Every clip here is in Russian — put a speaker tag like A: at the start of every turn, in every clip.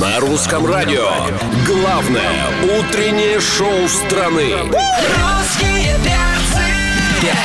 A: На русском радио. Главное утреннее шоу страны.
B: Русские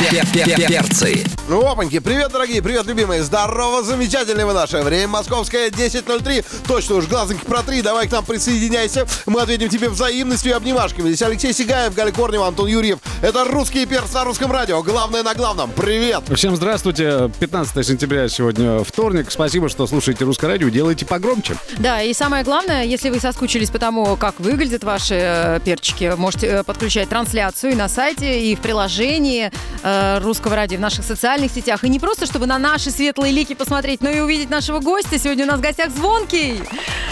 B: перцы!
A: Перцы.
C: Ну, опаньки, привет, дорогие, привет, любимые, здорово, замечательное вы наше время, московское 10.03, точно уж, глазоньки протри, давай к нам присоединяйся, мы ответим тебе взаимностью и обнимашками, здесь Алексей Сигаев, Галя Корнева, Антон Юрьев, это «Русский перц» на русском радио, главное на главном, привет!
D: Всем здравствуйте. 15 сентября сегодня вторник. Спасибо, что слушаете Русское радио. Делайте погромче.
E: Да, и самое главное, если вы соскучились по тому, как выглядят ваши э, перчики, можете э, подключать трансляцию и на сайте, и в приложении э, Русского радио, в наших социальных сетях. И не просто, чтобы на наши светлые лики посмотреть, но и увидеть нашего гостя. Сегодня у нас в гостях Звонкий.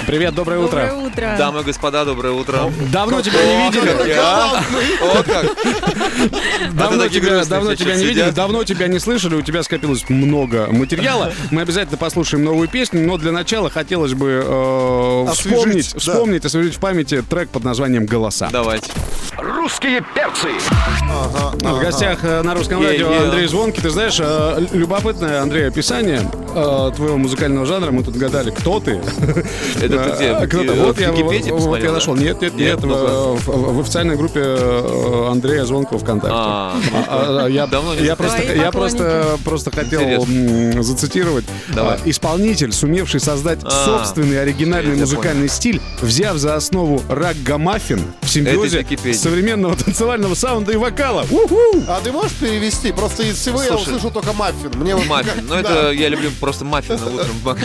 D: Привет, доброе,
E: Доброе
D: утро.
E: утро.
F: Дамы и господа, доброе утро.
D: Давно тебя не видели.
F: Я? Вот как.
D: Давно,
F: такие
D: тебя,
F: грустные
D: давно
F: сейчас
D: тебя не
F: сидят.
D: видели, давно тебя не слышали, у тебя скопилось много материала. Мы обязательно послушаем новую песню, но для начала хотелось бы э,
C: Освежить,
D: вспомнить,
C: да.
D: вспомнить, освежить в памяти трек под названием «Голоса».
F: Давайте.
A: Русские перцы.
D: Ну, В гостях э, на русском
F: Yeah,
D: радио
F: yeah.
D: Андрей Звонкий. Ты знаешь, э, любопытное, Андрей, описание э, твоего музыкального жанра. Мы тут гадали, кто ты.
F: Это ты где?
D: А, Кто-то.
F: Э,
D: Вот
F: в
D: я
F: Википедии
D: вот- вот
F: посмотрел,
D: я
F: да?
D: нашел. Нет, нет, нет.
F: Нет, ну ну-ка.
D: В в- в официальной группе э, Андрея Звонкова ВКонтакте.
F: А,
D: А, а, Я,
F: Давно не
D: я просто,
E: Твои
D: я просто, просто хотел м, зацитировать.
F: Давай.
D: А, Исполнитель, сумевший создать
F: А,
D: собственный оригинальный
F: я понял.
D: музыкальный стиль, взяв за основу раггамаффин в симбиозе
F: Википедии.
D: современного танцевального саунда и вокала.
C: А ты можешь перевести? Просто из всего я
F: Слушай.
C: услышал только маффин, мне вот...
F: маффин. Ну,
C: Да.
F: это я люблю просто маффины утром.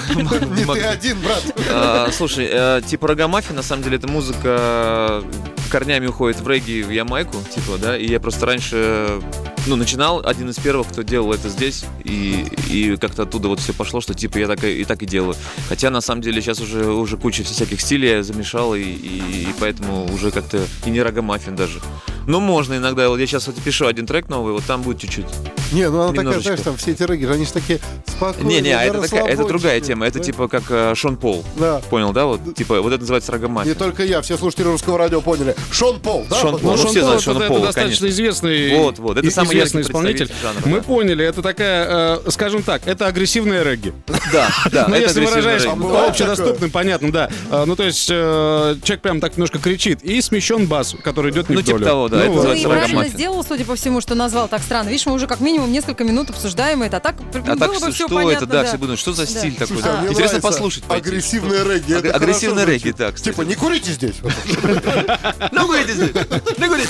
C: Не ты один, брат.
F: А, Слушай, э, типа Рогамафи, на самом деле, это музыка э, корнями уходит в регги и в Ямайку, типа, да, и я просто раньше, э, ну, начинал, один из первых, кто делал это здесь, и, и как-то оттуда вот все пошло, что, типа, я так и, и так и делаю. Хотя, на самом деле, сейчас уже, уже куча всяких стилей я замешал, и, и- и поэтому уже как-то и не Рогамаффин даже. Но можно иногда, вот я сейчас вот пишу один трек новый, вот там будет чуть-чуть.
C: Не, ну она такая,
F: Немножечко.
C: знаешь, там все эти рыги, они же такие спокойные,
F: Не-не, а это,
C: на
F: такая, это другая
C: расслабончике.
F: тема, это
C: Да.
F: типа как э, Шон Пол.
C: Да.
F: Понял, да? Вот, типа, вот это называется
C: Не
F: Рогамаффин.
C: только я, все слушатели русского радио поняли. Шон Пол, да?
F: Шон
C: Вот
F: Пол.
D: Ну,
F: Ну,
D: Шон
F: все
D: Пол
F: знают
D: это,
F: Шона
D: это
F: Пола,
D: достаточно
F: конечно.
D: известный,
F: Вот, вот, это
D: и-
F: самый
D: известный
F: яркий
D: исполнитель.
F: представитель жанра,
D: Мы
F: да.
D: поняли, это такая, э, скажем так, это агрессивная регги.
F: Да, да.
D: Ну,
F: это
D: если
F: агрессивный
D: выражаясь
F: рейв.
C: регги. Бывает
D: общедоступным, понятно, да. Э, Ну, то есть, э, человек прям так немножко кричит, и смещен бас, который идет не
F: Ну,
D: в
F: типа
D: долю.
F: того, да, это
D: вот.
E: Ну и
F: называется Рагамаффин.
E: правильно сделал, судя по всему, что назвал так странно. Видишь, мы уже как минимум несколько минут обсуждаем это. А так,
F: А
E: было
F: так
E: бы
F: что,
E: все
F: что
E: понятно.
F: это, да,
E: да.
F: все будут, что за стиль такой?
C: Слушай, а мне
F: Интересно
C: нравится
F: послушать. пойти,
C: Агрессивное
F: что-
C: регги. это
F: Агр- Агрессивное
C: хорошо
F: регги,
C: звучит.
F: да, кстати.
C: Типа, не курите здесь. вот.
F: Ну, говорите, ну, говорите.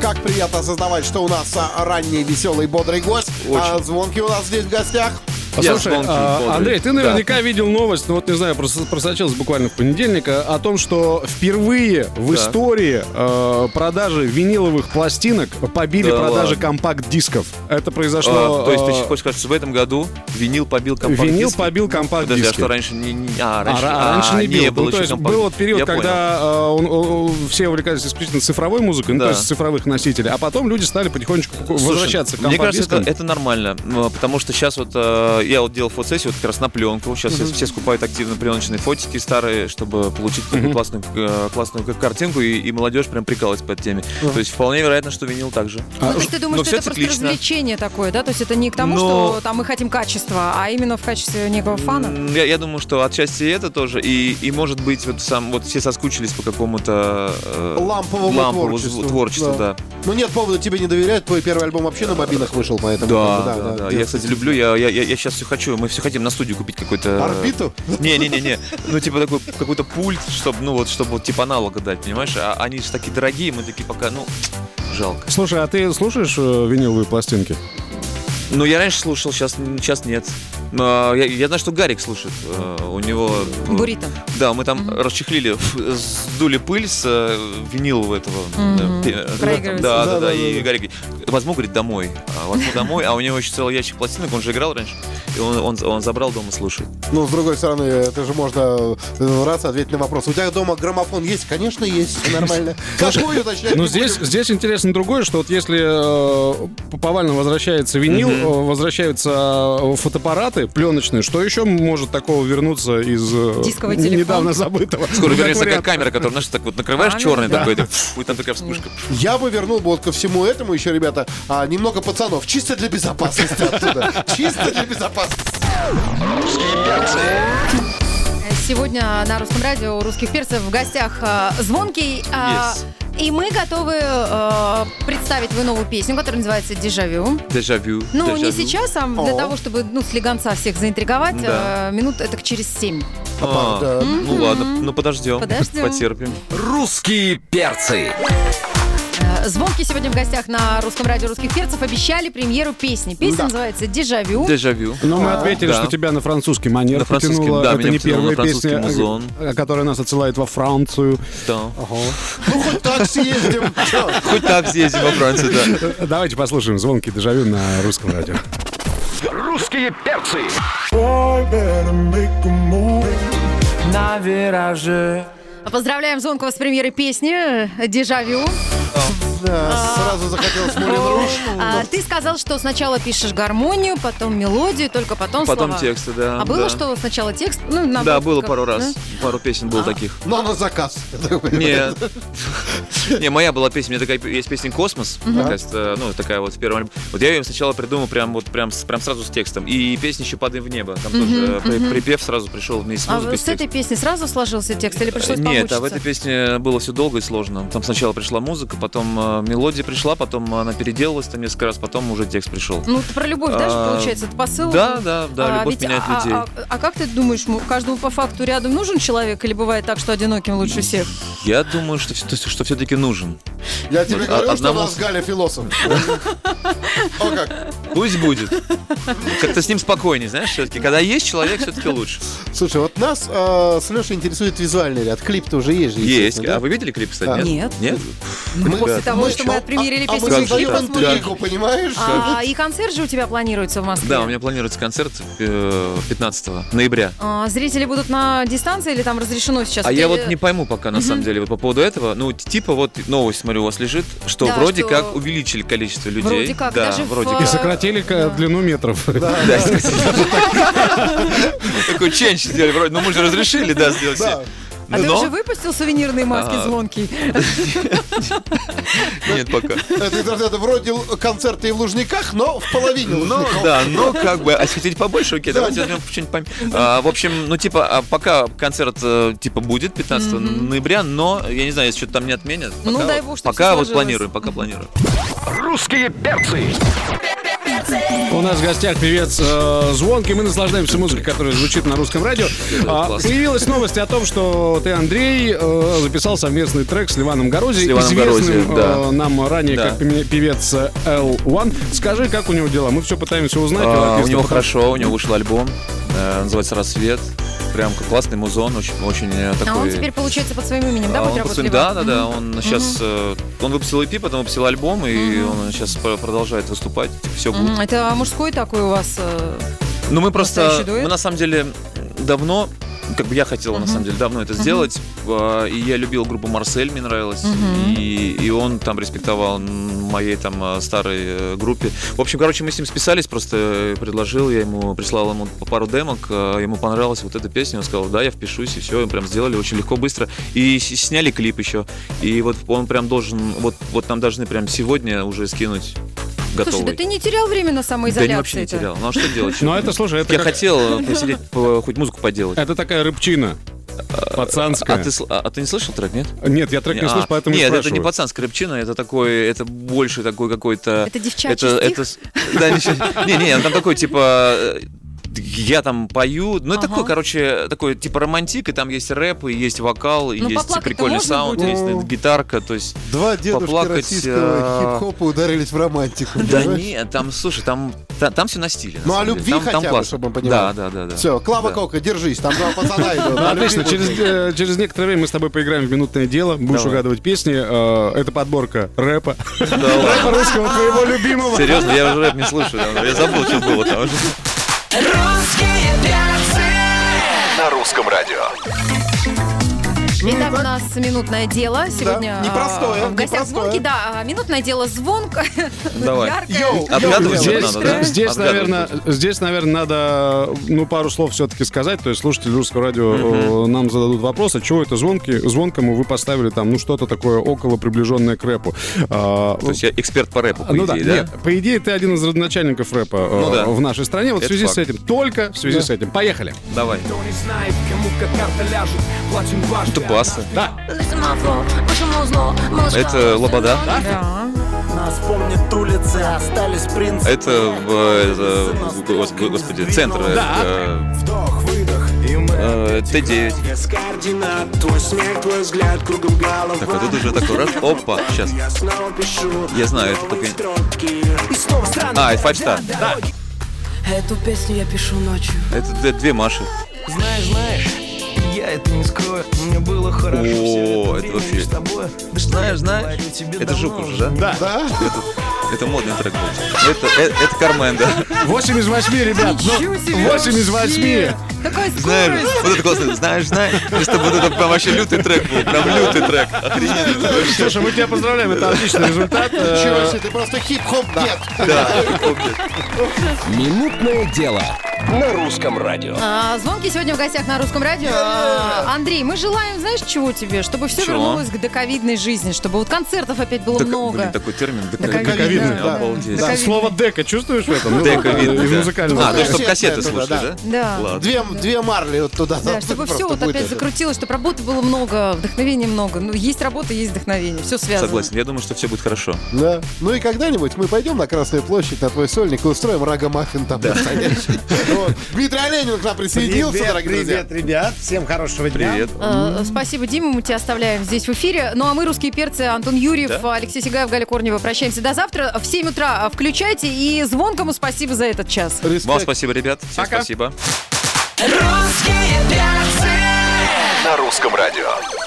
C: Как приятно осознавать, что у нас а, ранний, веселый, бодрый гость. А звонки у нас здесь в гостях.
F: Я
D: Слушай,
F: звонкий,
D: а,
F: бодрый.
D: Андрей, ты
F: Да.
D: наверняка видел новость, ну вот не знаю, прос- просочилась буквально в понедельник, э, о том, что впервые в
F: Так.
D: истории э, продажи виниловых пластинок побили
F: Да
D: продажи
F: ладно.
D: компакт-дисков. Это произошло...
F: А, То есть ты
D: э,
F: хочешь сказать, что в этом году винил побил компакт-диски?
D: Винил побил компакт-диски.
F: Подожди, а что раньше не... не- А,
D: А,
F: раньше,
D: ра-
F: а,
D: раньше не бил.
F: было
D: ну, то
F: еще
D: есть
F: компакт.
D: был вот период,
F: Я понял.
D: когда э, он- он- все увлекались исключительно цифровой музыкой, ну,
F: Да.
D: то есть цифровых носителей, а потом люди стали потихонечку поку-
F: Слушай,
D: возвращаться к
F: Мне кажется, это,
D: компакт-дискам.
F: это нормально, м, потому что сейчас вот э, я вот делал фотосессию вот как раз на пленку, сейчас все скупают активно пленочные фотики старые, чтобы получить такую классную, э, классную как картинку, и, и молодежь прям прикалывается под теми. То есть вполне вероятно, что винил также.
C: А,
E: Ну, то есть ты думаешь,
F: но
E: что
F: А, всё
E: это просто
F: циклично.
E: развлечение такое, да? То есть это не к тому,
F: Но-
E: что там мы хотим качества, а именно в качестве некого фана?
F: М, Я, я думаю, что отчасти и это тоже, и, и может быть вот сам вот все соскучились по какому-то э,
C: Ламповому
F: ламповому
C: творчеству.
F: зву- творчеству,
C: Да.
F: да.
C: Ну нет повода тебе не доверять, твой первый альбом вообще на бобинах вышел, поэтому...
F: Да,
C: как
F: да, да.
C: бы,
F: Я, кстати, люблю, я, я, сейчас все хочу, мы все хотим на студию купить какой-то...
C: Орбиту?
F: Не-не-не-не, ну типа такой, какой-то пульт, чтобы, ну вот, чтобы вот типа аналога дать, понимаешь? А они же такие дорогие, мы такие пока, ну, жалко.
D: Слушай, а ты слушаешь э, виниловые пластинки?
F: Ну, я раньше слушал, сейчас, сейчас нет. Но я, я знаю, что Гарик слушает, э, у него... э,
E: Бурито.
F: Да, мы там расчехлили, сдули пыль с э, винила этого.
E: Мгм.
F: э, пе- э,
E: Проигрыватель.
F: Да, да,
C: Да-да-да-да.
F: да. И Гарик говорит, возьму, говорит, домой. А, Возьму домой, а у него еще целый ящик пластинок, он же играл раньше. И он, он, он забрал дома, слушает.
C: Ну, с другой стороны, это же можно э, раз ответить на вопрос. У тебя дома граммофон есть? Конечно, есть. всё Нормально. Какую, точнее?
D: Ну, здесь, здесь интересно другое, что вот если э, повально возвращается винил, э, возвращаются э, фотоаппараты пленочные, что еще может такого вернуться из э,
E: Дисковый
D: н-
E: телефон.
D: недавно забытого?
F: Скоро
D: Как
F: вернется такая
D: вариант.
F: камера, которую, знаешь, так вот накрываешь
E: А, ну
F: черный
E: да.
F: такой, так, фу, и там такая вспышка.
C: Я бы вернул бы вот ко всему этому еще, ребята, а, немного пацанов. Чисто для безопасности оттуда. Чисто для безопасности.
E: Сегодня на русском радио у русских перцев в гостях э, звонкий. э,
F: Yes.
E: И мы готовы э, представить твою новую песню, которая называется Дежавю.
F: Дежавю.
E: Ну, не
F: дежавю.
E: сейчас, а для
C: О.
E: того, чтобы ну, слегонца всех заинтриговать,
F: Да.
E: э, минут это через семь.
F: А,
C: Да.
F: Ну ладно, ну подождем.
E: Подождем.
F: Потерпим.
A: Русские перцы.
E: Э, Звонки сегодня в гостях на русском радио русских перцев обещали премьеру песни. Песня называется Дежавю.
F: Дежавю.
D: Но мы ответили,
F: А, Да.
D: что тебя на французский манер
F: На французский,
D: потянуло.
F: да,
D: Это
F: меня
D: не
F: потянуло
D: первая
F: на французский
D: песня,
F: музон.
D: э, которая нас отсылает во Францию.
F: Да.
C: Ну, хоть так съездим. Чё?
F: Хоть так съездим во Францию, да.
D: Э, Давайте послушаем звонкий дежавю на русском радио.
B: На вираже
E: Поздравляем Звонкова с премьерой песни э, «Дежавю».
C: Да, Сразу захотелось Мулин Руж.
E: А,
F: Ну.
E: ты сказал, что сначала пишешь гармонию, потом мелодию, только потом
F: Потом
E: слова.
F: тексты, да.
E: Ну, А было
F: да.
E: что сначала текст? Ну, на
F: Да,
E: вот
F: было
E: как- А.
F: пару раз.
E: да?
F: Пару песен было таких.
C: Но на заказ.
F: Нет. Не, моя была песня, у меня такая есть песня «Космос», такая, э, ну, такая вот в первом альбоме. Вот я ее сначала придумал прям вот прям, с- прям сразу с текстом. И песня еще «Падаем в небо». Там тоже э, при- припев сразу пришел вместе с
E: А
F: музыкой.
E: вот
F: с
E: с этой
F: текстом.
E: песни сразу сложился текст или пришлось
F: Нет,
E: помучиться?
F: а в этой песне было все долго и сложно. Там сначала пришла музыка, потом э, мелодия пришла, потом она переделалась там несколько раз, потом уже текст пришел.
E: Ну, ты про любовь, да,
F: А,
E: же, получается, это посыл?
F: Да, да, да,
E: А,
F: любовь
E: ведь-
F: меняет
E: а-
F: людей.
E: А, а как ты думаешь, му- каждому по факту рядом нужен человек или бывает так, что одиноким лучше всех?
F: Я думаю, что, что, все-таки нужен.
C: Я тебе
F: Вот, а-
C: говорю, что у
F: одному-
C: нас Галя философ. О, как.
F: Пусть будет. Как-то с ним спокойнее, знаешь, все-таки. Когда есть человек, все-таки лучше.
C: Слушай, вот нас э, с Лешей интересует визуальный ряд. Клип-то уже есть же.
F: Есть.
C: естественно,
F: А вы видели клип,
C: Да.
F: кстати?
E: Нет.
F: Нет?
C: Мы-
E: После
F: Да.
E: того, что мы
C: А-
E: отпремьерили
C: а
E: песню,
C: мы
E: мы
F: как
E: клип
C: создаем
F: так?
E: посмотрим.
C: интригу, понимаешь?
E: А, и концерт же у тебя планируется в Москве?
F: Да, у меня планируется концерт э, 15 ноября.
E: А, зрители будут на дистанции или там разрешено сейчас?
F: А
E: Или-
F: я вот не пойму пока, на самом деле, вот по поводу этого. Ну, т- типа вот новость, смотрю, у вас лежит, что
E: Да,
F: вроде
E: что-
F: как увеличили количество людей.
E: Вроде как,
F: Да,
E: даже в,
F: вроде
E: э,
D: И
F: как.
D: сократили ка- длину метров.
F: Да, Такой ченч сделали, вроде, ну мы же разрешили, да, сделать
C: Да.
F: все.
E: А ты
F: Но-
E: уже выпустил сувенирные маски
F: А.
E: звонкие?
F: Нет, пока.
C: Это, это- это вроде л- концерты и в Лужниках, но в половине
F: Ну
C: Лужников.
F: да, но как бы, а если хотите побольше, окей, давайте возьмем что-нибудь пом- А, В общем, ну типа, а, пока концерт э, типа будет 15 ноября, но я не знаю, если что-то там не отменят.
E: Ну,
F: пока
E: дай
F: вот-
E: бог, чтоб
F: Пока
E: всё
F: вот
E: сложилось.
F: планируем, пока планируем.
D: У нас в гостях певец э, Звонки. Мы наслаждаемся музыкой, которая звучит на русском радио. А,
F: классно.
D: появилась новость о том, что ты, Андрей, э, записал совместный трек с Ливаном Горози,
F: С Ливаном
D: известным
F: Горозием, да.
D: э, нам ранее
F: Да.
D: как певе- певец э, L1. Скажи, как у него дела? Мы все пытаемся узнать.
F: А, У
D: артиста
F: него
D: потому-
F: хорошо, у него вышел альбом, э, называется «Рассвет». Прям как классный музон, очень, очень э, такой...
E: А он теперь, получается, под своим именем, да,
F: А
E: будет
F: он
E: работать?
F: постоянно-
E: Ливан?
F: да, да, да.
E: Мгм.
F: Он сейчас э, он выпустил EP, потом выпустил альбом, и он сейчас продолжает выступать. Все будет.
E: Мгм. Это мужской такой у вас? э,
F: Ну, мы просто,
E: Настоящий дуэт?
F: мы на самом деле давно, как бы я хотел на самом деле давно это сделать, а, и я любил группу Марсель, мне нравилась,
E: Мгм.
F: и, и он там респектовал м, моей там а, старой э, группе. В общем, короче, мы с ним списались, просто э, предложил, я ему прислал ему пару демок, а, ему понравилась вот эта песня, он сказал, да, я впишусь, и все, и прям сделали очень легко, быстро, и с- сняли клип еще, и вот он прям должен, вот, вот нам должны прям сегодня уже скинуть готовый.
E: Слушай, да ты не терял время на
F: Да
E: самоизоляции?
F: не вообще не терял. Ну а что делать?
D: Но это, слушай, это,
F: Я
D: как-
F: хотел э, посидеть, по- хоть музыку поделать.
D: это такая рыбчина. Пацанская.
F: А ты, сл- а- а ты не слышал трек, нет?
D: Нет, я трек не
F: А,
D: слышу, поэтому
F: Нет,
D: и
F: это не
D: спрашиваю.
F: пацанская рыбчина, это такой, это больше такой какой-то...
E: Это девчачий
F: это-
E: стих?
F: это с- Да, ничего- не, не, он там такой, типа, э, я там пою, ну, это
E: Ага.
F: такой, короче, такой, типа, романтик, и там есть рэп, и есть вокал, и
E: Ну,
F: есть
E: поплакать-то
F: прикольный
E: можно
F: саунд,
E: будет?
F: есть э, гитарка, то есть...
C: Два дедушки
F: Поплакать,
C: российского
F: а.
C: хип-хопа ударились в романтику.
F: Да нет, там, слушай, там, та- там все на стиле. на
D: а
C: Ну, о
F: самом деле.
C: любви
F: Там- там
C: хотя бы,
F: классно.
C: чтобы мы понимали.
F: Да, да, да. да.
C: Все, Клава
F: Да.
C: Кока, держись, там два пацана идут.
D: Ну, Отлично, через, э, через некоторое время мы с тобой поиграем в минутное дело, будешь
F: Давай.
D: угадывать песни. Э, это подборка рэпа.
F: Да ладно.
D: Рэпа русского твоего любимого.
F: Серьезно, я уже рэп не слушаю. давно. Я забыл, что было там.
B: Русские перцы
A: На русском радио.
E: Итак,
C: итак.
E: у нас минутное дело сегодня. э,
C: Ну, непростое,
E: В гостях
C: непростое.
E: звонки, да, э, минутное дело звонк.
F: Давай.
E: Яркое.
C: Йоу.
F: Отгадывать же
D: Здесь,
F: надо, да?
D: здесь,
F: Отгадывать
D: наверное,
F: тут.
D: здесь, наверное, надо ну пару слов все-таки сказать. То есть слушатели русского радио э, нам зададут вопрос, а чего это звонки? Звонкому вы поставили там ну что-то такое около приближенное к рэпу. А,
F: То есть я эксперт по рэпу, по
D: ну
F: идее,
D: да,
F: да?
D: нет, по идее ты один из родоначальников рэпа э,
F: Ну да.
D: в нашей стране. Вот
F: Это
D: в связи с
F: факт.
D: этим, только в связи с этим. Поехали.
F: Давай.
B: Кто не знает, кому как карта ляжет, платим дважды.
F: Это баста.
D: Да.
F: Это Лобода.
E: Да.
G: Нас помнят улицы, остались принципы.
F: Это, э, это, гос- господи, центр. э, э,
G: Вдох, выдох, и мы
F: э, Т9.
G: без координат. Твой смех, твой взгляд, кругом голова.
F: Так, вот тут уже такой раз. Опа, сейчас.
G: Я снова пишу
F: Я знаю, это
G: новые
F: такой-
G: строки. И снова странно.
F: А, это Five Star.
H: Эту песню я пишу ночью.
F: Это д- две Маши.
G: Знаешь, знаешь, я это не скрою. Мне было хорошо
F: О, это вообще-
G: тобой.
F: Знаешь, знаешь. Это жук уже, да? Да. Это, это модный трек был. Это, э- это, Кармен, да.
D: 8 из 8, ребят.
F: ну,
E: Ничего себе
D: 8 из 8.
E: вообще. Такая
F: Знаешь,
E: скорость.
F: вот это классно. Знаешь, знаешь. Просто вот это прям вообще лютый трек был. Прям лютый трек. Охрененный.
D: Слушай, Ну, мы тебя поздравляем, это отличный результат. Э,
C: Ничего себе, ты просто хип-хоп дед.
A: Минутное дело на русском радио.
E: А, Звонки сегодня в гостях на русском радио. А, Андрей, мы желаем, знаешь, чего тебе? Чтобы все
F: Чего?
E: вернулось к доковидной жизни, чтобы вот концертов опять было
F: Так,
E: много.
F: блин, такой термин.
E: Доковидный,
D: Доковидный,
E: да.
F: Обалдеть.
E: Да.
D: Слово дека чувствуешь в этом? Ну,
F: Дека видно,
D: Из
F: да.
D: музыкального.
F: А, то, чтобы
C: Кассеты
F: кассеты
C: оттуда,
F: слушали,
C: да.
F: да?
E: Да.
F: Ладно.
C: Две, две марли вот туда.
E: Да, чтобы все вот опять закрутилось, чтобы работы было много, вдохновения много. Ну, есть работа, есть вдохновение. Все связано.
F: Согласен. Я думаю, что все будет хорошо.
C: Да. Ну и когда-нибудь мы пойдем на Красную площадь на твой сольник и устроим рага-маффин там настоящий. Вот. Дмитрий Оленин к нам присоединился, дорогие друзья.
I: привет, ребят. Всем хорошего дня.
F: Привет.
E: Э, Спасибо, Дима, мы тебя оставляем здесь в эфире. Ну а мы, русские перцы, Антон Юрьев, Алексей Сигаев, Галя Корнева, прощаемся до завтра. В 7 утра э, включайте и звонкому спасибо за этот час.
F: Вам спасибо, ребят. Всем спасибо.
H: Русские перцы.
A: На русском радио.